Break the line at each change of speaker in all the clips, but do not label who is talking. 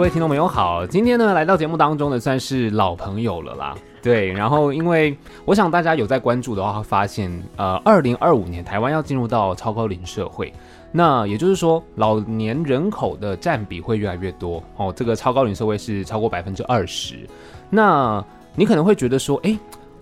位听众朋友好，今天呢来到节目当中呢算是老朋友了啦。对，然后因为我想大家有在关注的话，会发现呃，二零二五年台湾要进入到超高龄社会，那也就是说老年人口的占比会越来越多哦。这个超高龄社会是超过百分之二十。那你可能会觉得说，诶，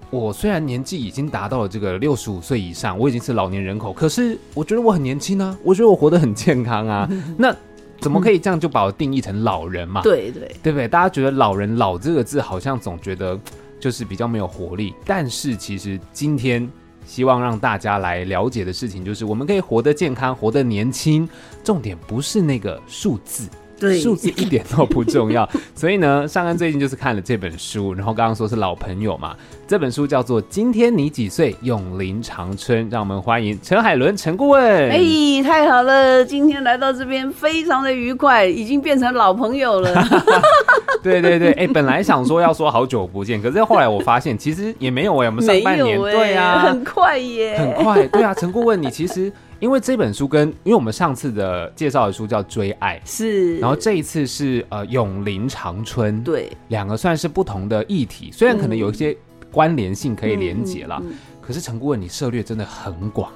我虽然年纪已经达到了这个六十五岁以上，我已经是老年人口，可是我觉得我很年轻啊，我觉得我活得很健康啊。那怎么可以这样就把我定义成老人嘛？
对对，
对不对？大家觉得“老人”“老”这个字好像总觉得就是比较没有活力，但是其实今天希望让大家来了解的事情就是，我们可以活得健康，活得年轻，重点不是那个数字。
对
数字一点都不重要。所以呢，上恩最近就是看了这本书，然后刚刚说是老朋友嘛，这本书叫做《今天你几岁》，永林长春，让我们欢迎陈海伦陈顾问。
哎、太好了！今天来到这边非常的愉快，已经变成老朋友了。
对对对，哎、本来想说要说好久不见，可是后来我发现其实也没有哎、 我们上
没
半年
有哎、
对 啊，
很快耶。
很快对啊。陈顾问，你其实因为这本书跟因为我们上次的介绍的书叫《追爱》，
是，
然后这一次是呃《永临长春》，
对，嗯
两个算是不同的议题，虽然可能有一些关联性可以连结啦，
嗯嗯
可是陈顾问你涉猎真的很 广，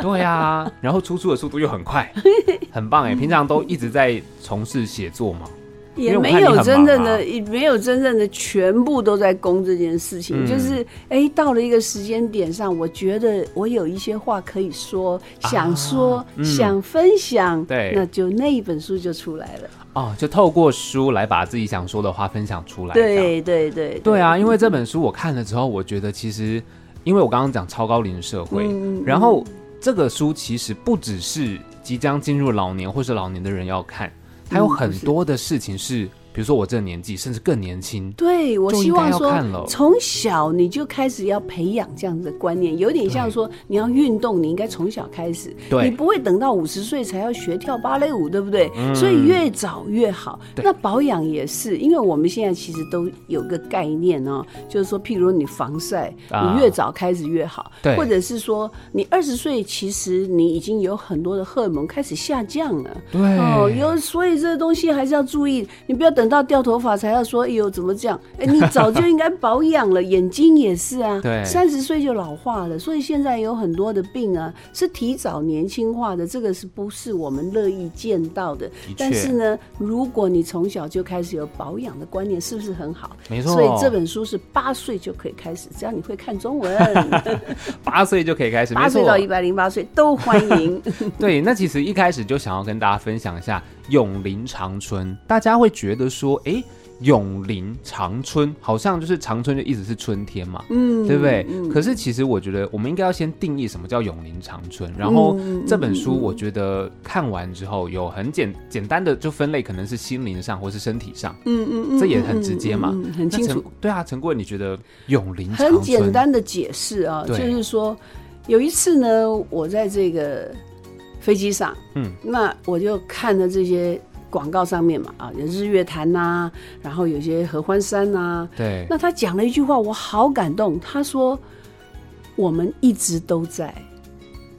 对啊，然后出书的速度又很快，很棒哎、 平常都一直在从事写作嘛，
也
因为我
没
看你
有
很
真
忙
正
啊
的，也没有真正的全部都在攻这件事情。
嗯
就是哎、到了一个时间点上，我觉得我有一些话可以说，想说，
嗯
想分享，
对
那就那一本书就出来了。
哦，就透过书来把自己想说的话分享出来。这样，
对对对，
对啊，因为这本书我看了之后，我觉得其实，因为我刚刚讲超高龄社会，
嗯嗯嗯
然后这个书其实不只是即将进入老年或是老年的人要看，还有
嗯
很
是
多的事情是，比如说我这个年纪，甚至更年轻。
对，我
就
希
应该
望
要
说
看了，
从小你就开始要培养这样子的观念，有点像
对
说你要运动，你应该从小开始，
对
你不会等到五十岁才要学跳芭蕾舞，对不对？所以越早越好。
嗯对
那保养也是，因为我们现在其实都有个概念哦，就是说，譬如你防晒，
啊
你越早开始越好，
对
或者是说你二十岁其实你已经有很多的荷尔蒙开始下降了。
对
哦，有，所以这个东西还是要注意，你不要等到掉头发才要说，哎呦怎么这样？哎，你早就应该保养了，眼睛也是啊，
对
三十岁就老化了，所以现在有很多的病啊是提早年轻化的，这个是不是我们乐意见到的？
确
但是呢，如果你从小就开始有保养的观念，是不是很好？
没错。
所以这本书是八岁就可以开始，只要你会看 中文，
八岁就可以开始，
八
没
岁
错
到。一百零八岁都欢 迎。
对，那其实一开始就想要跟大家分享一下永林长春，大家会觉得说，诶，永林长春好像就是长春就一直是春天嘛，
嗯，
对不对？可是其实我觉得我们应该要先定义什么叫永林长春，然
嗯
后这本书我觉得看完之后有很简简单的就分类，可能是心灵上或是身体上，
嗯嗯嗯，
这也很直接嘛
嗯嗯嗯很
那
清
陈
楚，。
对啊，陈贵，你觉得永林长春
很简单的解释啊，就
对
是说，有一次呢，我在这个飞机上，
嗯，
那我就看了这些广告上面嘛，啊，有日月潭呐、然后有些合欢山呐、
对
那他讲了一句话，我好感动。他说：“我们一直都在，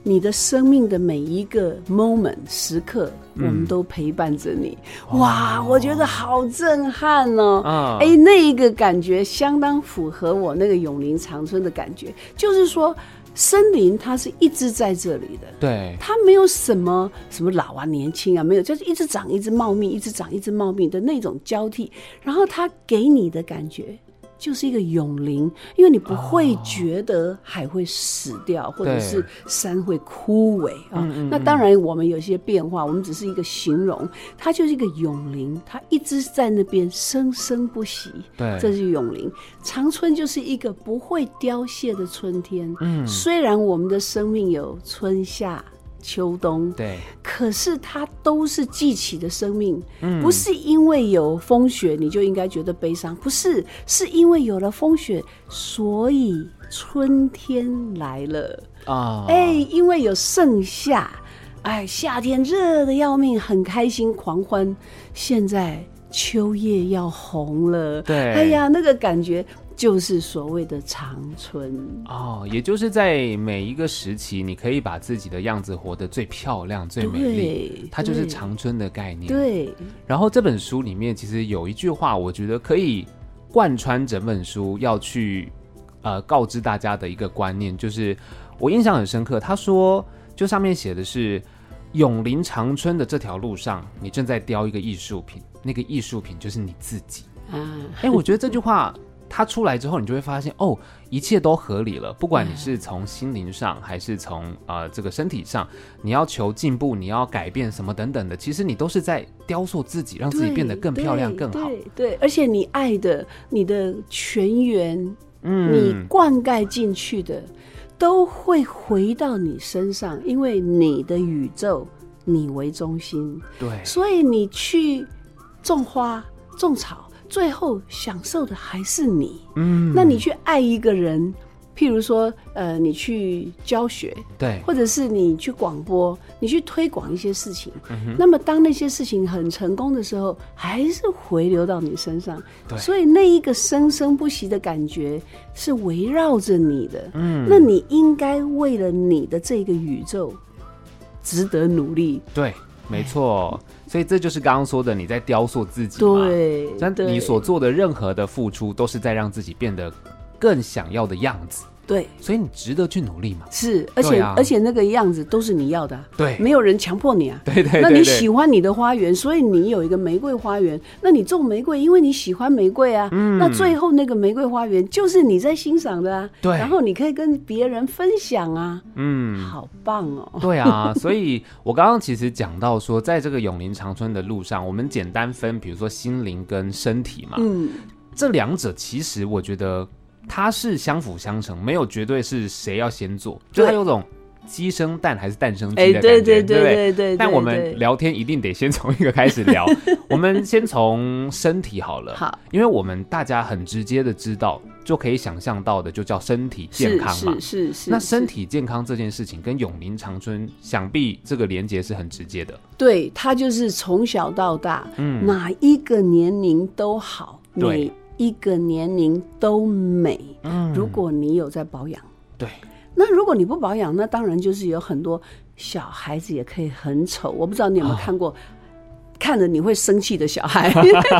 你的生命的每一个 moment 时刻，我们
嗯
都陪伴着你。哇，我觉得好震撼哦！
啊，
哎，那一个感觉相当符合我那个永林长春的感觉，就是说森林它是一直在这里的，
对
它没有什么什么老啊、年轻啊，没有，就是一直长、一直茂密、一直长、一直茂密的那种交替。然后它给你的感觉就是一个永龄，因为你不会觉得海会死掉，或者是山会枯萎啊。那当然，我们有些变化，我们只是一个形容，它就是一个永龄，它一直在那边生生不息。
对，
这是永龄。长春就是一个不会凋谢的春天。嗯，虽然我们的生命有春夏秋冬，
对
可是它都是季起的生命。嗯，不是因为有风雪你就应该觉得悲伤，不是，是因为有了风雪，所以春天来了。
啊，
哎、因为有盛夏，哎，夏天热的要命，很开心狂欢。现在秋叶要红了，
对哎
哎哎呀，那个感觉就是所谓的长春。
哦，也就是在每一个时期，你可以把自己的样子活得最漂亮、最美丽，
对，
它就是
对。
长春的概念。
对，
然后这本书里面其实有一句话，我觉得可以贯穿整本书要去呃告知大家的一个观念，就是我印象很深刻。他说，就上面写的是永临长春的这条路上，你正在雕一个艺术品，那个艺术品就是你自己。
啊，
哎，我觉得这句话它出来之后，你就会发现哦，一切都合理了。不管你是从心灵上，还是从呃这个身体上，你要求进步，你要改变什么等等的，其实你都是在雕塑自己，让自己变得
对
更漂亮、
对
更好。
对对，而且你爱的、你的全员、你
嗯，
灌溉进去的，都会回到你身上，因为你的宇宙你为中心，
对，
所以你去种花、种草，最后享受的还是你。
嗯，
那你去爱一个人，譬如说，呃，你去教学，
对，
或者是你去广播，你去推广一些事情，
嗯
那么当那些事情很成功的时候，还是回流到你身上
对。
所以那一个生生不息的感觉是围绕着你的。
嗯，
那你应该为了你的这个宇宙，值得努力。
对，没错。所以这就是刚刚说的，你在雕塑自己嘛。
对，
但
对
你所做的任何的付出，都是在让自己变得更想要的样子，
对
所以你值得去努力嘛。
是，而
对
且、
啊
而且那个样子都是你要的啊、
对，
没有人强迫你啊。
对对 对对。
那你喜欢你的花园，所以你有一个玫瑰花园。那你种玫瑰，因为你喜欢玫瑰啊。
嗯
那最后那个玫瑰花园就是你在欣赏的啊。
对
然后你可以跟别人分享啊，
嗯。
好棒 哦！
对啊，所以我刚刚其实讲到说，在这个永临长春的路上，我们简单分，比如说心灵跟身体嘛，
嗯，
这两者其实我觉得它是相辅相成，没有绝对是谁要先做，就它
对
有种鸡生蛋还是蛋生鸡
哎，
的感觉，
对对
不
对对。
但我
对
们聊天一定得先从一个开始 聊，我们先从身体好了，
好
因为我们大家很直接的知道，就可以想象到的就叫身体健
是
康嘛
是。是是，
那身
是
体健康这件事情跟永宁长春，想必这个连接是很直接的。
对他就是从小到大，
嗯，
哪一个年龄都好，
对
每一个年龄都美。
嗯
如果你有在保养。
对，
那如果你不保养，那当然就是有很多小孩子也可以很丑。我不知道你有没
哦
有看过，看着你会生气的 小孩，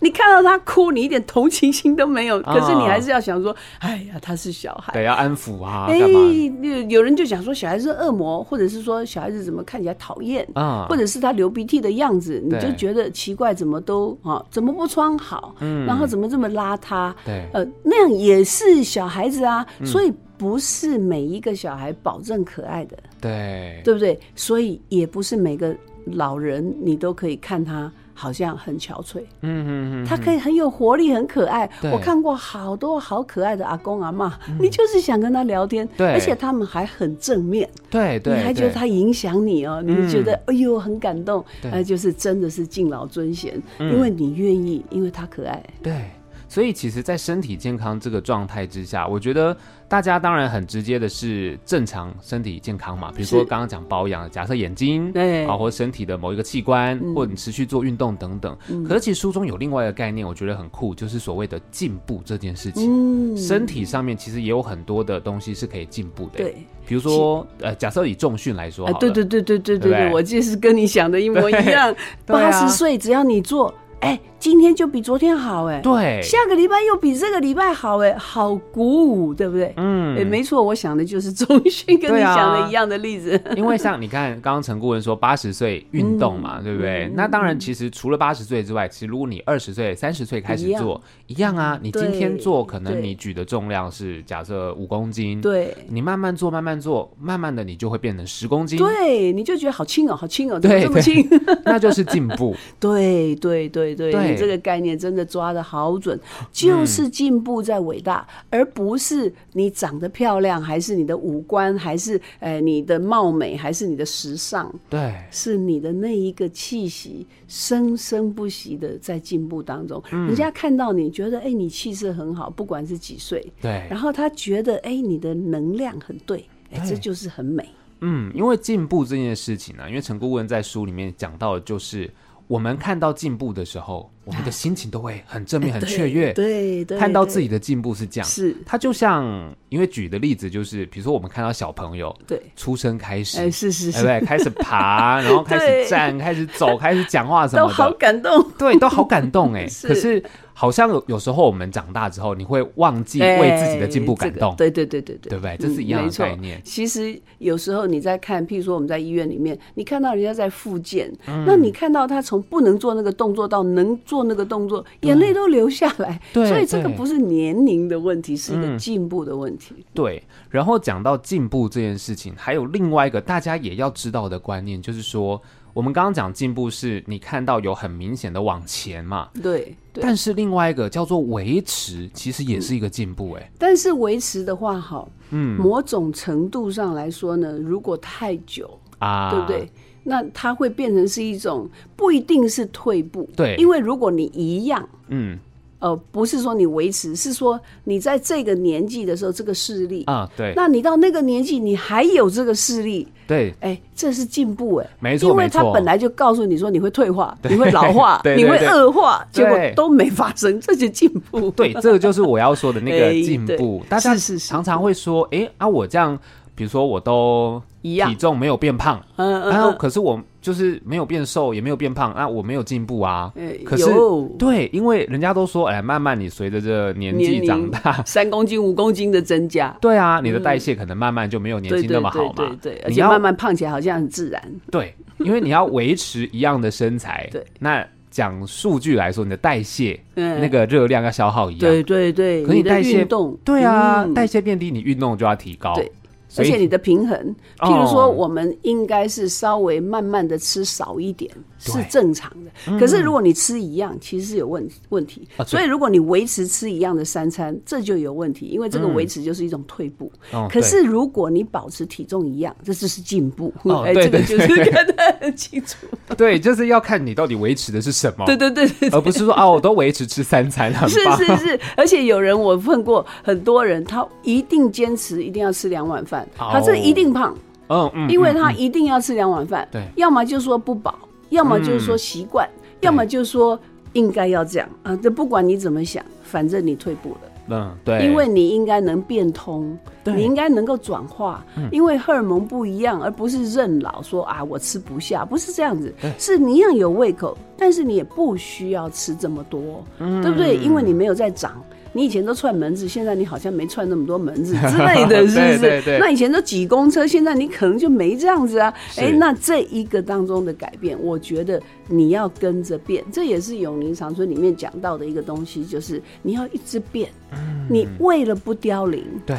你看到他哭，你一点同情心都没有，
啊
可是你还是要想说，哎呀，他是小孩。
得要安抚啊，
哎，
干嘛
有有人就讲说小孩是恶魔，或者是说小孩子怎么看起来讨厌，
啊？
或者是他流鼻涕的样子，你就
对
觉得奇怪，怎么都啊，怎么不穿好，
嗯
然后怎么这么邋遢，
对，
呃，那样也是小孩子啊，
嗯
所以不是每一个小孩保证可爱的，
对，
对不对？所以也不是每个老人你都可以看他好像很憔悴，
嗯嗯嗯，
他可以很有活力，很可爱。
对嗯
我看过好多好可爱的阿公阿妈，你就是想跟他聊天，
对
而且他们还很正面，
对
你
对，
还觉得
对
他影响你哦，你
嗯
觉得哎呦很感动，
对
那就是真的是敬老尊贤，
嗯
因为你愿意，因为他可爱。
对，所以其实，在身体健康这个状态之下，我觉得大家当然很直接的是正常身体健康嘛，比如说
是
刚刚讲保养，假设眼睛，
对嗯
啊，或身体的某一个器官，或者你持续做运动等等。可是其实书中有另外一个概念，我觉得很酷，就是所谓的进步这件事情。
嗯，
身体上面其实也有很多的东西是可以进步的，
对。
比如说，呃，假设以重训来说好
啊，
了，
对对对对
对
对对
不对
对，我这是跟你想的一模一样。
对
八
啊
十岁只要你做，哎，今天就比昨天好，哎，
对，
下个礼拜又比这个礼拜好，哎，好鼓舞，对不对？
嗯
哎，没错，我想的就是中训跟
对
你
啊
想的一样的例子。
因为像你看，刚刚陈顾问说八十岁运动
嗯
嘛，对不对？那当然，其实除了八十岁之外，其实如果你二十岁、三十岁开始
一样
做，一样啊。你今天
对
做，可能
对
你举的重量是假设五公斤，，
对
你慢慢做，慢慢做，慢慢的你就会变成十公斤，
对，你就觉得好轻哦，好轻哦，怎么
对
这么
对
轻？
那就是进步。
对对对对，
对嗯
你这个概念真的抓的好准，就是进步在伟大，而不是你长得漂亮，还是你的五官，还是呃你的貌美，还是你的时尚，
对，
是你的那一个气息生生不息的在进步当中。
嗯
人家看到你觉得，哎、你气色很好，不管是几岁，
对，
然后他觉得，哎、你的能量很对，哎、
对
这就是很美。
嗯，因为进步这件事情呢、因为陈顾问在书里面讲到的就是。我们看到进步的时候，我们的心情都会很正面、很雀跃。
哎对对，
看到自
己
己的进步是这样，
是，
它就像，因为举的例子就是，比如说我们看到小朋友
对，
出生开始，
哎，是是
对
是
不，对？开始爬，然后开
对
始站，开始走，开始讲话什
都
么
好
的，
感动。
对，都好感动哎。
是
可是好像有有时候我们长大之后，你会忘记为自己的进步感动
哎，这个对对对对
对
对，
不对？这是一样
嗯没
的
错
概念。
其实有时候你在看，譬如说我们在医院里面，你看到人家在复健，
嗯
那你看到他从不能做那个动作到能做那个动作，眼泪都流下来。
对
所以这个
对
不是年龄的问题，是一个
嗯
进步的问题。
对，然后讲到进步这件事情，还有另外一个大家也要知道的观念，就是说，我们刚刚讲进步是你看到有很明显的往前嘛，
对，对。
但是另外一个叫做维持，其实也是一个进步、哎、
但是维持的话，哈，
嗯，
某种程度上来说呢，如果太久，
啊，
对不对？？那它会变成是一种不一定是退步，
对
因为如果你一样。
嗯
呃，不是说你维持，是说你在这个年纪的时候这个视力，
啊，对
那你到那个年纪你还有这个视力，
对，
哎，这是进步哎，
没错
因为
没
他
错
本来就告诉你说你会退化，你会老化，
对对
你会
对
恶化，结果
对
都没发生，这就进步。
对，这个就是我要说的那个
哎
进
对
步。大家
是是是
常常会说，哎、啊，我这样，比如说我都
一样
体重没有变胖，
嗯
然后
嗯
可是我就是没有变瘦，也没有变胖，啊，我没有进步啊。
嗯，
可
哎
是
有
对，因为人家都说，哎，慢慢你随着这年纪
年
长
龄
大，
三公斤五公斤的增加，
对啊，你的代谢可能慢慢就没有年
对
轻
对
那么
嗯对
好
对
嘛。
对，而
你
且
要
慢慢胖起来好像很自然，，
对，因为你要维持一样的身材
对，
那讲数据来说，你的代谢
嗯，
那个热量要消耗一样，
对对对，
可你
的
代谢
运动，
对啊，
嗯
代谢变低，你运动就要提高，
对
所
而且
以
你的平衡，
哦
譬如说，我们应该是稍微慢慢的吃少一点
对嗯
是正常的。可是如果你吃一样，其实是有问问题
啊。对
所以如果你维持吃一样的三餐，这就有问题，因为这个维持就是一种退步。
嗯
可
对
是如果你保持体重一样，这就是进步。
哦
哎，
对
这个
对
就
对哦
是看得很清楚。
对， 就是要看你到底维持的是什么，
对对对对。
而不是说啊，我都维持吃三餐，很
是
棒，
是是，而且有人我问过很多人，他一定坚持一定要吃两碗饭，他这
哦
一定胖，
嗯嗯，
因为
嗯
他一定要吃两碗饭，
对嗯
要么就说不饱，要么就是说习惯，要么就说应该要这样啊。这不管你怎么想，反正你退步了，
嗯对，
因为你应该能变通，
对嗯
你应该能够转化，因为荷尔蒙不一样，而不是认老说啊我吃不下，不是这样子
对，
是你一样有胃口，但是你也不需要吃这么多，
嗯
对不对？因为你没有在长。你以前都串门子，现在你好像没串那么多门 子之类的，是不
对
是？
对对
那以前都挤公车，现在你可能就没这样子啊。
是
哎，那这一个当中的改变，我觉得你要跟着变，这也是永宁长春里面讲到的一个东西，就是你要一直变。
嗯
你为了不凋零，
对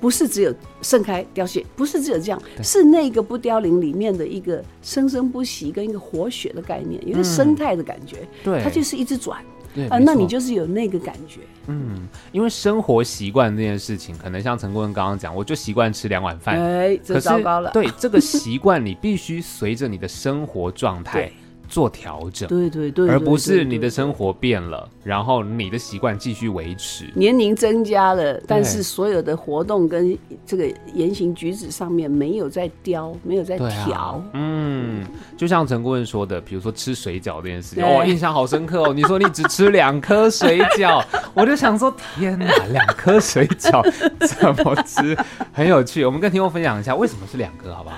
不是只有盛开凋谢，不是只有这样，是那个不凋零里面的一个生生不息跟一个活血的概念，有一个生态的感觉，
嗯对，
它就是一直转
对
啊，
没
那你
错
就是有那个感觉，
嗯，因为生活习惯这件事情，可能像陈顾问刚刚讲，我就习惯吃两碗饭，
哎，
可
这
是
糟糕了，
对这个习惯，你必须随着你的生活状态
对
做调整，
对对对，
而
对
不是
对
你的
对
生活变了，然后你的习惯继续维持。
年龄增加了，但是所有的活动跟这个言行举止上面没有在雕，没有在
对
调
啊。，嗯，就像陈顾问说的，比如说吃水饺这件事情，
对
哦，印象好深刻哦。你说你只吃两颗水饺， 我就想说，天哪，两颗水饺怎么吃？很有趣。我们跟听众分享一下为什么是两颗，好不好？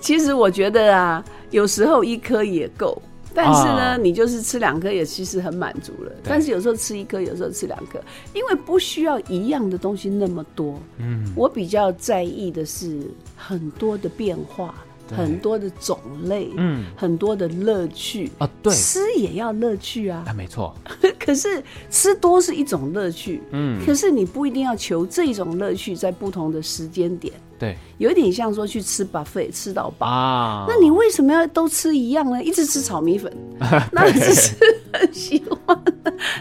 其实我觉得啊，有时候一颗也够，但是呢，
啊
你就是吃两颗也其实很满足了。但是有时候吃一颗，有时候吃两颗，因为不需要一样的东西那么多。
嗯，
我比较在意的是很多的变化，
对
很多的种类，
嗯
很多的乐趣。
啊，对，
吃也要乐趣啊。
啊，没错，
可是吃多是一种乐趣，
嗯，
可是你不一定要求这种乐趣在不同的时间点，
对
有一点像说去吃 buffet 吃到饱。
啊，
那你为什么要都吃一样呢？一直吃 炒米粉，那只是很喜欢，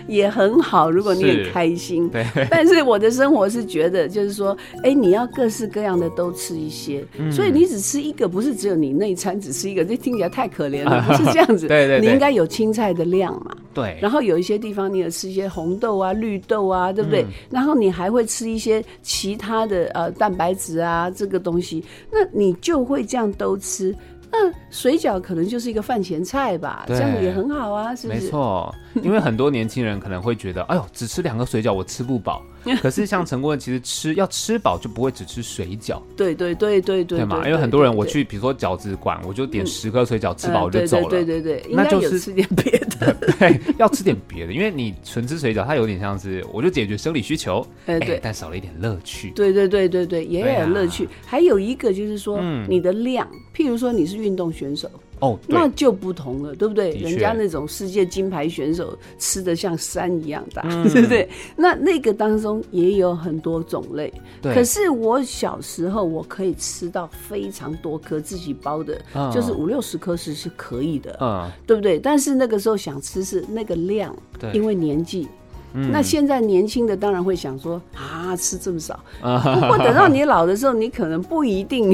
也很好。如果你
是
很开心，
对
但是我的生活是觉得，就是说，哎、你要各式各样的都吃一些，
嗯
所以你只吃一个，不是只有你那一餐只吃一个，这听起来太可怜了，不是这样 子。
对对对
你应该有青菜的量嘛。
对，
然后有一些地方你有吃一些红豆啊、绿豆啊，对不
嗯
对？然后你还会吃一些其他的呃蛋白质啊这个东西，那你就会这样都吃。那水饺可能就是一个饭前菜吧，
对
这样也很好啊，是不
没
是？
错，因为很多年轻人可能会觉 得，哎呦，只吃两个水饺我吃不饱。可是像陈顾问，其实吃要吃饱就不会只吃水饺，
对对对对对
对
对
吗？因为很多人我
对
去，比如说饺子馆，我就点十颗水饺，吃
嗯
饱就走了。
对对对对对，应
那
该
就
有
是
吃点别 的。
对，要吃点别的，因为你纯吃水饺，它有点像是我就解决生理需求，
哎，对
但少了一点乐趣。
对对对对
对
对，也
啊
有乐趣。还有一个就是说
嗯，
你的量，譬如说你是运动选手，
哦，对
那，就不同了，对不对？
的确
人家那种世界金牌选手吃的像山一样大，
嗯
对不对？那那个当中也有很多种类。
对
可是我小时候我可以吃到非常多颗自己包的，
嗯
就是五六十颗是是可以的，
嗯，
对不对？但是那个时候想吃是那个量，
对，
因为年纪。
嗯
那现在年轻的当然会想说啊，吃这 么少。
啊
不过等到你老的时候，你可能不一定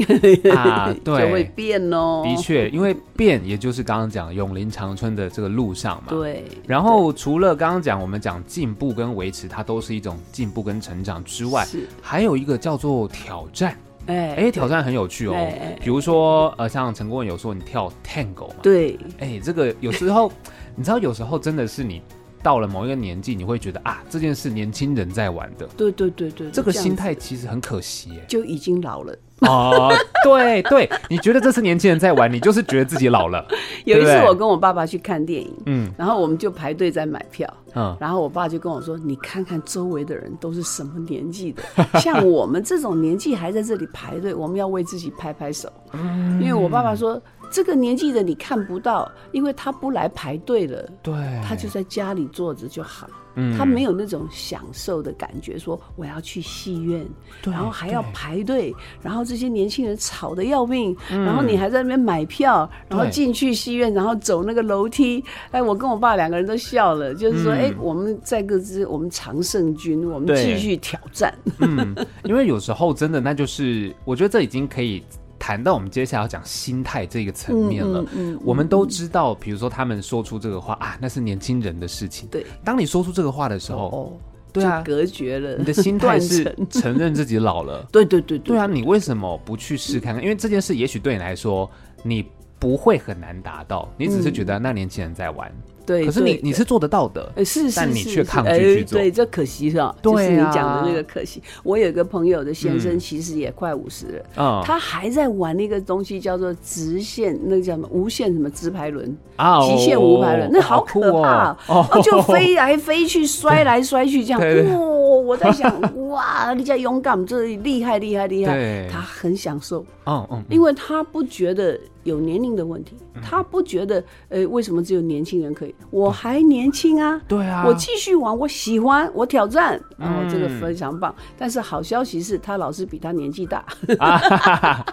啊
就会
对，
变 哦。
的，确，因为变也就是刚刚讲永林长春的这个路上嘛。。
对。
然后除了刚刚讲我们讲进步跟维持，它都是一种进步跟成长之外，
是，
还有一个叫做挑战。
哎
哎，挑战很有趣
哎
哦
哎。
比如说，呃，像陈顾问有说你跳 tango 嘛，
对
哎，这个有时候， 你知道，有时候真的是你到了某一个年纪，你会觉得啊，这件事年轻人在玩的，
对对对对，
这个
样
心
子
态其实很可惜哎。
就已经老了。
哦，对对，你觉得这是年轻人在玩，你就是觉得自己老了。
有一
对
次
不对
我跟我爸爸去看电影，
嗯
然后我们就排队在买票，
嗯，
然后我爸就跟我说：“你看看周围的人都是什么年 纪的，像我们这种年纪还在这里排队，我们要为自己拍拍手。”
嗯
因为我爸爸说：“这个年纪的你看不到，因为他不来排队了。”
对，
他就在家里坐着就好，
哎嗯
他没有那种享受的感觉，说我要去戏院，
对
然后还要
对
排队，然后这些年轻人吵得要命，然后你还在那边买票，然后
嗯对
进去戏院，然后走那个楼梯，哎，我跟我爸两个人都笑了，就是说，
嗯
哎，我们在各自，我们常胜军，我们
对
继续挑战，
嗯， 因为有时候真的，那就是我觉得这已经可以谈到我们接下来要讲心态这个层面了。
嗯
我们都知道，比如说他们说出这个话啊，那是年轻人的事情。
对，
当你说出这个话的时候，
哦，
对啊
就隔绝了，
你的心态是
断层
承认自己老了。
对对 对
对啊，你为什么不去试看看？因为这件事也许对你来说，你不会很难达到，你只是觉得那年轻人在玩，
嗯对，
可是你
对
你是做得到的。
呃，是是
但
是，
你却
是
抗拒
哎
去做
对，这可惜是吧？就是
对
你
啊
讲的那个可惜。我有一个朋友的先生，其实也快五十了。
嗯
他还在玩那个东西，叫做直线，那个叫什么无限什么直排轮、
啊
极限无排轮，那好
酷
可怕啊
哦！哦，
就飞来飞去、摔来摔去这 样。
对对
哇！我 在想，哇，人家勇敢，这厉害厉害厉害。
对，
他很享受，
嗯嗯，
因为他不觉得有年龄的问题，他不觉得呃为什么只有年轻人可以？我还年轻啊，
对嗯啊，
我继续玩，我喜欢，我挑战，然后这个
嗯
非常棒。但是好消息是他老是比他年纪大，
啊，哈哈哈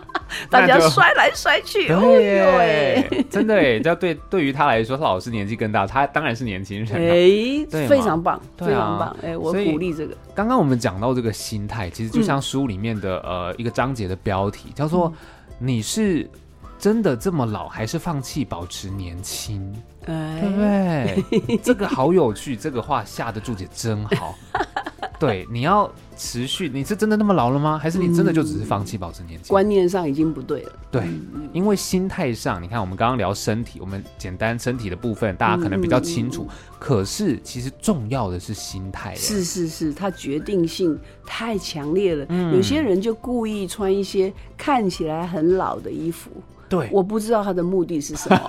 大家
那就
摔来摔去，哎呦
对
喂，
耶，真的哎，这对对于他来说，他老师年纪更大，他当然是年轻人啊。
哎
对，嘛
非常棒，
对啊
非常棒，哎，我
所以
鼓励这个，
刚刚我们讲到这个心态，其实就像书里面的呃一个章节的标题叫做“你是真的这么老，还是放弃保持年轻”，对不
哎，
对？这个好有趣，这个话下的注解真 好。对，你要持续，你是真的那么老了吗？还是你真的就只是放弃保持年轻？
观念上已经不对了，
对，
嗯
因为心态上，你看我们刚刚聊身体，我们简单身体的部分大家可能比较清
嗯
楚，可是其实重要的是心态耶。啊
是是是，他决定性太强烈了，
嗯
有些人就故意穿一些看起来很老的衣服。
对
我不知道他的目的是什 么，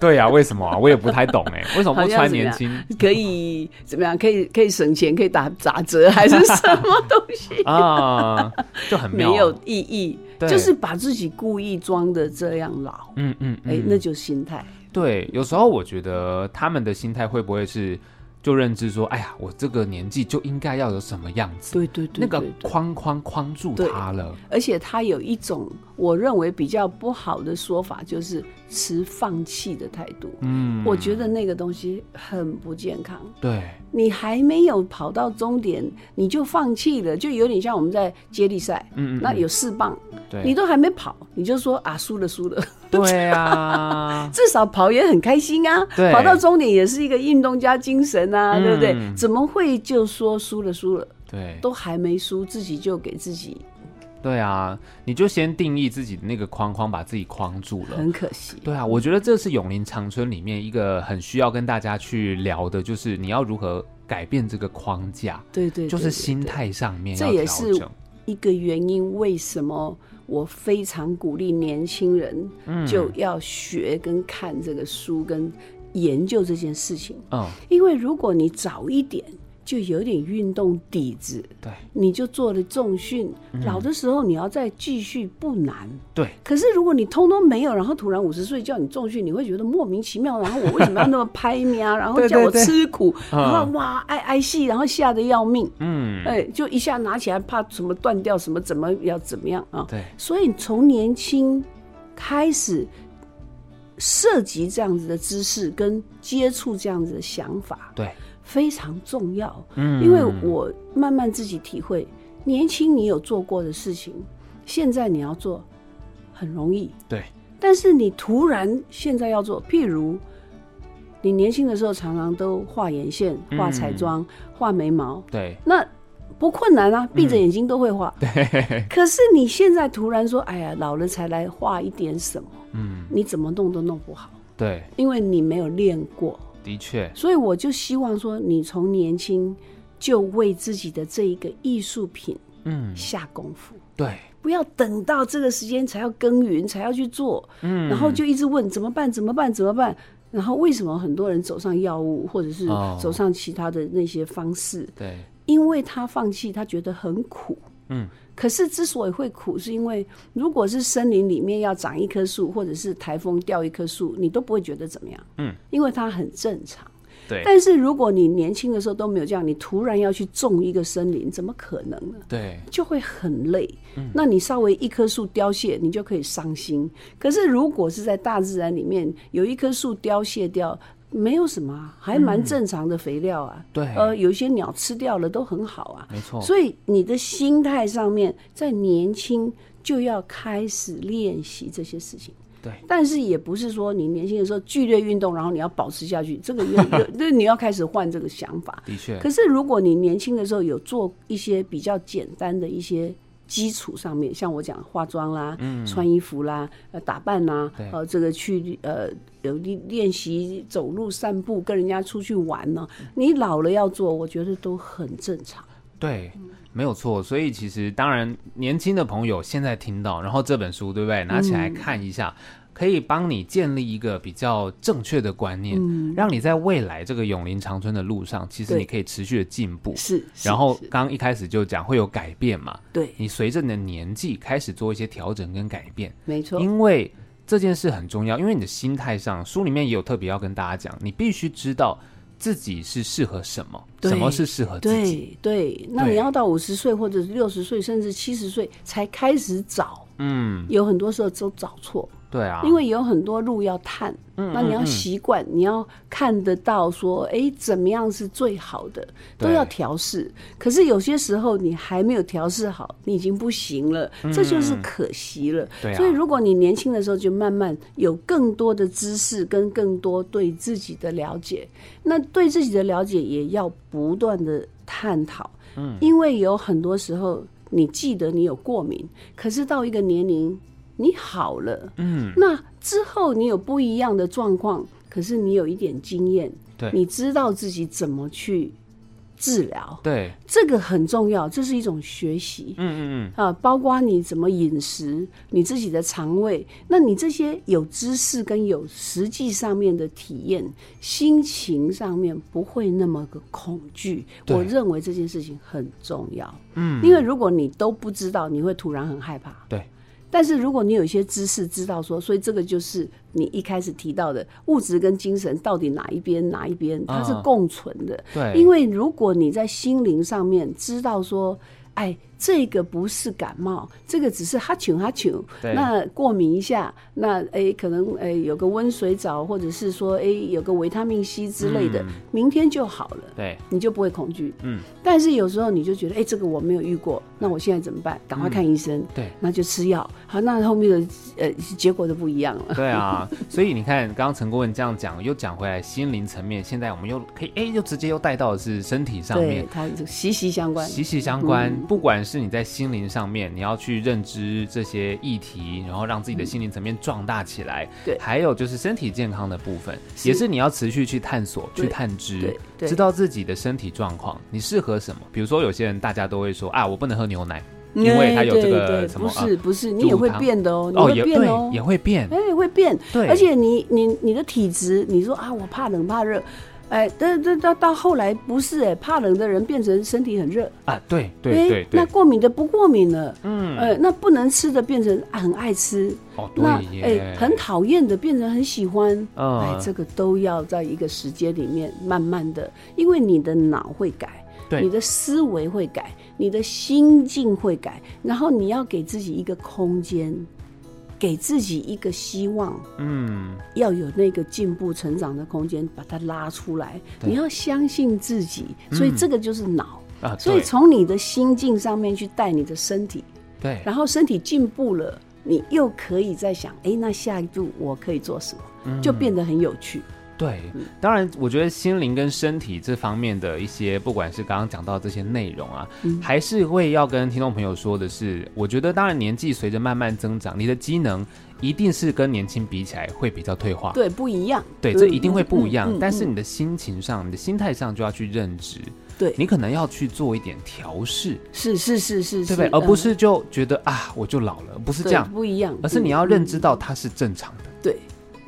对呀、为什么啊？我也不太懂 哎，为什么
好
不
像
穿
怎么
年
样
轻？
可以怎么样？可以可以省钱，可以打打折，还是什么东西？
啊？就很妙。
没有意义，
对
就是把自己故意装的这样老，
嗯嗯
哎、
嗯，
那就是心态。
对，有时候我觉得他们的心态会不会是就认知说，哎呀，我这个年纪就应该要有什么样子，
对对对
那个
对对
框框框住
对
他了。
而且他有一种我认为比较不好的说法，就是持放弃的态度。
嗯，
我觉得那个东西很不健康。
对，
你还没有跑到终点，你就放弃了，就有点像我们在接力赛，
嗯嗯，
那
嗯
有四棒，
对
你都还没跑，你就说啊输了输了，，
对啊
至少跑也很开心啊，
对
跑到终点也是一个运动家精神啊，
嗯
对不对？怎么会就说输了输了，
对
都还没输，自己就给自己
对啊，你就先定义自己的那个框框，把自己框住了。
很可惜。
对啊，我觉得这是永林长春里面一个很需要跟大家去聊的，就是你要如何改变这个框架，
对对对，
就是
对
心。态上面
这
要
也
调
是
整。
一个原因，为什么我非常鼓励年轻人
嗯
就要学跟看这个书跟研究这件事情，
嗯，
因为如果你早一点就有点运动底子，
对
你就做了重训，
嗯
老的时候你要再继续不难。
对，
可是如果你通通没有，然后突然五十岁叫你重训，你会觉得莫名其妙。然后我为什么要那么拍你啊？然后
对
叫我
对对
吃苦，
嗯
然后哇挨挨戏，然后吓得要命。
嗯，
哎、就一下拿起来，怕什么断掉，什么怎么要怎么样啊？
对，
所以从年轻开始涉及这样子的知识，跟接触这样子的想法，
对，
非常重要。
嗯，
因为我慢慢自己体会，年轻你有做过的事情，现在你要做很容易，
对，
但是你突然现在要做，譬如你年轻的时候常常都画眼线、画彩
嗯
妆、画眉毛，
对，
那不困难
嗯
啊，闭着眼睛都会画。可是你现在突然说，哎呀，老了才来画一点什么，
嗯，
你怎么弄都弄不好，
对，
因为你没有练过。
的确，
所以我就希望说，你从年轻就为自己的这一个艺术品
嗯，
下功夫。
对，
不要等到这个时间才要耕耘，才要去做，
嗯，
然后就一直问怎么办，怎么办，怎么办？然后为什么很多人走上药物，或者是
哦
走上其他的那些方式？
对，
因为他放弃，他觉得很苦。
嗯，
可是之所以会苦，是因为如果是森林里面要长一棵树，或者是台风掉一棵树，你都不会觉得怎么样。
嗯，
因为它很正常。
对，
但是如果你年轻的时候都没有这样，你突然要去种一个森林，怎么可能呢？
对，
就会很累。
嗯
那你稍微一棵树凋谢，你就可以伤心。可是如果是在大自然里面有一棵树凋谢掉，没有什么啊，还
嗯
蛮正常的肥料啊。
对
呃，有一些鸟吃掉了都很好啊。
没错，
所以你的心态上面，在年轻就要开始练习这些事情。
对，
但是也不是说你年轻的时候剧烈运动，然后你要保持下去，这个又又， 那你要开始换这个想法。
的确，
可是如果你年轻的时候有做一些比较简单的一些基础上面，像我讲化妆啦、穿衣服啦、呃打扮啦
嗯对，
呃这个去呃有练练习走路、散步，跟人家出去玩呢、你老了要做，我觉得都很正常。
对，
嗯
没有错。所以其实当然，年轻的朋友现在听到，然后这本书对不对？拿起
嗯
来看一下。可以帮你建立一个比较正确的观念，让你在未来这个永林长春的路上，其实
嗯对
你可以持续的进步。
是，是
然后
是
刚刚一开始就讲会有改变嘛，
对，
你随着你的年纪开始做一些调整跟改变，
没错，
因为这件事很重要，因为你的心态上，书里面也有特别要跟大家讲，你必须知道自己是适合什么，
对
什么是适合自己。
对对。那
对
你要到五十岁或者是六十岁，甚至七十岁才开始找，
嗯，
有很多时候都找错。
对啊，嗯
因为有很多路要探，那你要习惯，你要看得到说，哎、怎么样是最好的，都
对
要调试。可是有些时候你还没有调试好，你已经不行了，这就是
嗯
可惜了。
对啊
所以如果你年轻的时候就慢慢有更多的知识跟更多对自己的了解，那对自己的了解也要不断的探讨，嗯，因为有很多时候你记得你有过敏，可是到一个年龄你好了，嗯，那之后你有不一样的状况，可是你有一点经验，
对
你知道自己怎么去治疗，
对，
这个很重要，这是一种学习，
嗯嗯
啊，包括你怎么饮食，你自己的肠胃，那你这些有知识跟有实际上面的体验，心情上面不会那么个恐惧。
对
我认为这件事情很重要，
嗯嗯，
因为如果你都不知道，你会突然很害怕。
对。
但是如果你有一些知识知道说，所以这个就是你一开始提到的物质跟精神到底哪一边哪一边，它是
嗯
共存的。
对，
因为如果你在心灵上面知道说，哎，这个不是感冒，这个只是哈啾哈啾，
对
那过敏一下，那哎可能哎有个温水澡，或者是说哎有个维他命 C 之类的，
嗯
明天就好了。
对
你就不会恐惧，
嗯，
但是有时候你就觉得，哎、这个我没有遇过，那我现在怎么办？赶快看医生，
对
那就吃药。好，那后面的呃结果就不一样了。
对啊， 所以你看，刚刚陈顾问这样讲，又讲回来心灵层面，现在我们又可以哎，又直接又带到的是身体上面
对，，它息息相关。嗯
息息相关。不管是你在心灵上面，你要去认知这些议题，然后让自己的心灵层面壮大起来。
对
还有就是身体健康的部分，
是
也是你要持续去探索、
对
去探知
对，对
知道自己的身体状况，你适合什么。比如说，有些人大家都会说啊，我不能喝牛奶，因为它有这
哎对对
个什么
不
啊
是不是，你也会变的哦，你
哦，
会
也
变哦
对，，也会变
哎，，会变，
对，
而且你你你的体质，你说啊，我怕冷怕热，哎，但但到到后来不是哎，怕冷的人变成身体很热，
啊，对
哎
对对
那
对，
过敏的不过敏了，
嗯，
呃，那不能吃的变成啊很爱吃，
哦，
那
对
哎
耶，
很讨厌的变成很喜欢，
嗯
哎，这个都要在一个时间里面慢慢的，因为你的脑会改，
对
你的思维会改，你的心境会改，然后你要给自己一个空间，给自己一个希望，
嗯，
要有那个进步成长的空间，把它拉出来。
对
你要相信自己，所以这个就是脑。
啊，
所以
对
从你的心境上面去带你的身体，
对，
然后身体进步了，你又可以再想，哎，那下一步我可以做什
嗯
么，就变得很有趣。
对，
嗯
当然，我觉得心灵跟身体这方面的一些，不管是刚刚讲到的这些内容啊，
嗯
还是会要跟听众朋友说的是，我觉得当然年纪随着慢慢增长，你的机能一定是跟年轻比起来会比较退化，
对，不一样。
对，
嗯
这一定会不一样。
嗯嗯
但是你的心情上、你的心态上就要去认知，
对，
你可能要去做一点调试，
是是是是，
对不对？而不
嗯
是就觉得啊，我就老了，不是
对
这样，
不一样，
而是你要认知到它是正常的。
嗯对。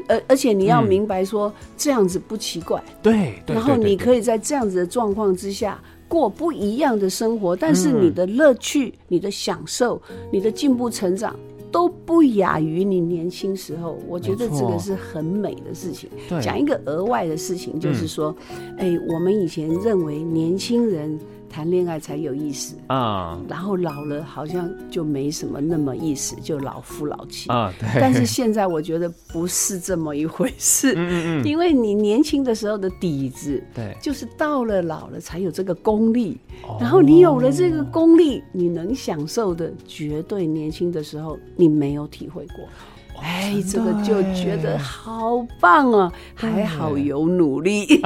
而而且你要
嗯
明白说这样子不奇怪，
对，对
然后
对对
你
对
可以在这样子的状况之下过不一样的生活，但是
嗯
你的乐趣、你的享受、你的进步成长都不亚于你年轻时候。我觉得
没错
这个是很美的事情。
对嗯
讲一个额外的事情，就是说，哎，我们以前认为年轻人谈恋爱才有意思，
啊
然后老了好像就没什么那么意思，就老夫老妻。
啊，对，
但是现在我觉得不是这么一回事，
嗯嗯嗯，
因为你年轻的时候的底子，
对。
就是到了老了才有这个功力，
哦
然后你有了这个功力，你能享受的绝对年轻的时候你没有体会过。哎，这
哦真的
个就
哎嗯
觉得好棒哦，
对
还好有 努力。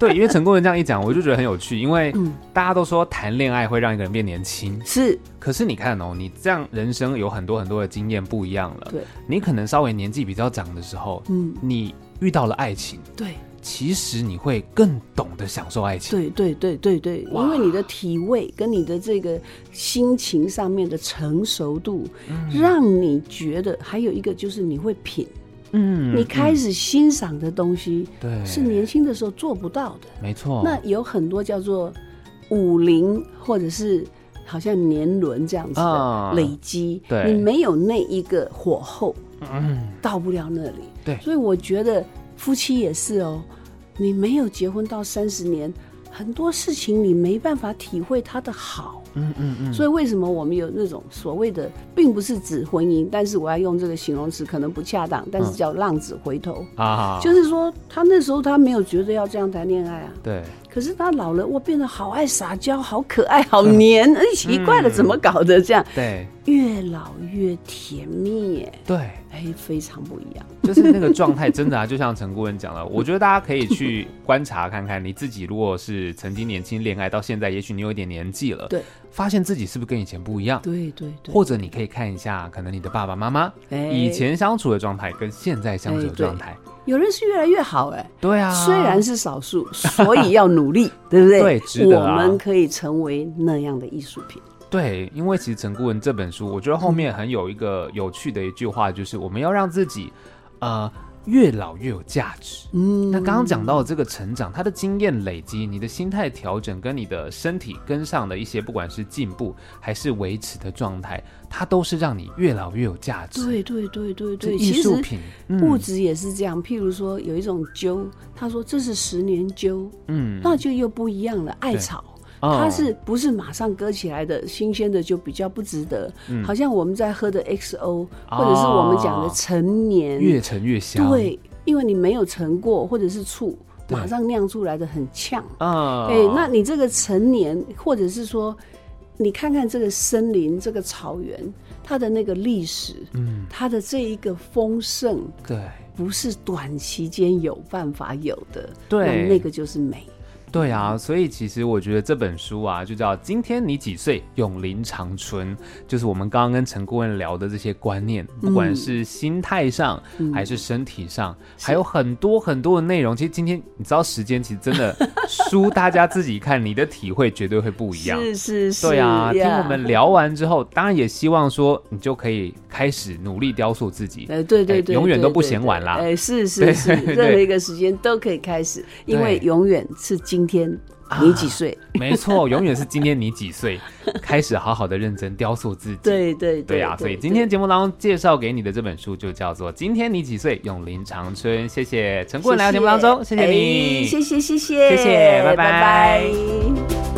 对，因为陈工人这样一讲，我就觉得很有趣，因为
嗯
大家都说谈恋爱会让一个人变年轻，
是，
可是你看哦，你这样人生有很多很多的经验不一样了，
对
你可能稍微年纪比较长的时候，
嗯，
你遇到了爱情，
对，
其实你会更懂得享受爱情，
对，对，对，对，对，
哇
因为你的体味跟你的这个心情上面的成熟度，让你觉得还有一个就是你会品，
嗯
你开始欣赏的东西
对
是年轻的时候做不到的。
没错，
那有很多叫做五零或者是好像年轮这样子的
啊
累积，
对
你没有那一个火候，
嗯
到不了那里。
对
所以我觉得夫妻也是哦，你没有结婚到三十年，很多事情你没办法体会它的好。
嗯嗯嗯，
所以为什么我们有那种所谓的，并不是指婚姻，但是我要用这个形容词可能不恰当，
嗯
但是叫浪子回头，
啊，
就是说他那时候他没有觉得要这样谈恋爱啊，
对，
可是他老了，我变得好爱撒娇，好可爱， 好黏，哎，奇怪了，怎么搞的？这样
对
越老越甜蜜耶，
对，
哎，非常不 一样。
就是那个状态，真的啊，就像陈顾问讲了，我觉得大家可以去观察看看，你自己如果是曾经年轻恋爱到现在，也许你有一点年纪了，
对，
发现自己是不是跟以前不一样，
对对对，
或者你可以看一下，可能你的爸爸妈妈
哎
以前相处的状态跟现在相处的状态，
有人是越来越好哎，
对啊，
虽然是少数，所以要 努力，对不对？
对值得啊
我们可以成为那样的艺术品。
对，因为其实陈顾问这本书，我觉得后面很有一个有趣的一句话，就是我们要让自己，呃。越老越有价值。
嗯，
那刚刚讲到的这个成长，它的经验累积、你的心态调整跟你的身体跟上的一些，不管是进步还是维持的状态，它都是让你越老越有价值。
对对对对
是
对，
艺
其
术
实
品，
物
嗯
质也是这样。譬如说有一种灸，他说这是十年灸，
嗯，
那就又不一样了，艾
对
草。
哦
它是不是马上割起来的？新鲜的就比较不值得。
嗯
好像我们在喝的 XO，或者是我们讲的陈年，
哦越陈越香，
对，因为你没有陈过，或者是醋，
对
马上酿出来的很呛。
啊，
哎、那你这个陈年，或者是说，你看看这个森林、这个草原，它的那个历史，嗯，它的这一个丰盛，
对
不是短期间有办法有的，
对
那那个就是美。
对啊，所以其实我觉得这本书啊，就叫《今天你几岁，永龄长春》，就是我们刚刚跟陈顾问聊的这些观念，
嗯
不管是心态上还是身体上，还有很多很多的内容。其实今天你知道，时间其实真的 书大家自己看，你的体会绝对会不一样。
是是是，
对啊，听
呀
我们聊完之后，当然也希望说你就可以开始努力雕塑自己。
呃， 对
哎
对对，
永远
对
都不
对
嫌
对
晚啦
哎，是
对
是是，
对
任何一个时间都可以开始，因
对
为
啊
永远是今天，你几岁？
没错，永远是今天你几岁，开始好好的认真雕塑自己。
对对
对啊，所以今天节目当中介绍给你的这本书就叫做《今天你几岁》，永林长春。谢谢陈哎
过
棍来到节目当中，谢谢你，
谢谢谢谢
谢谢拜拜
拜拜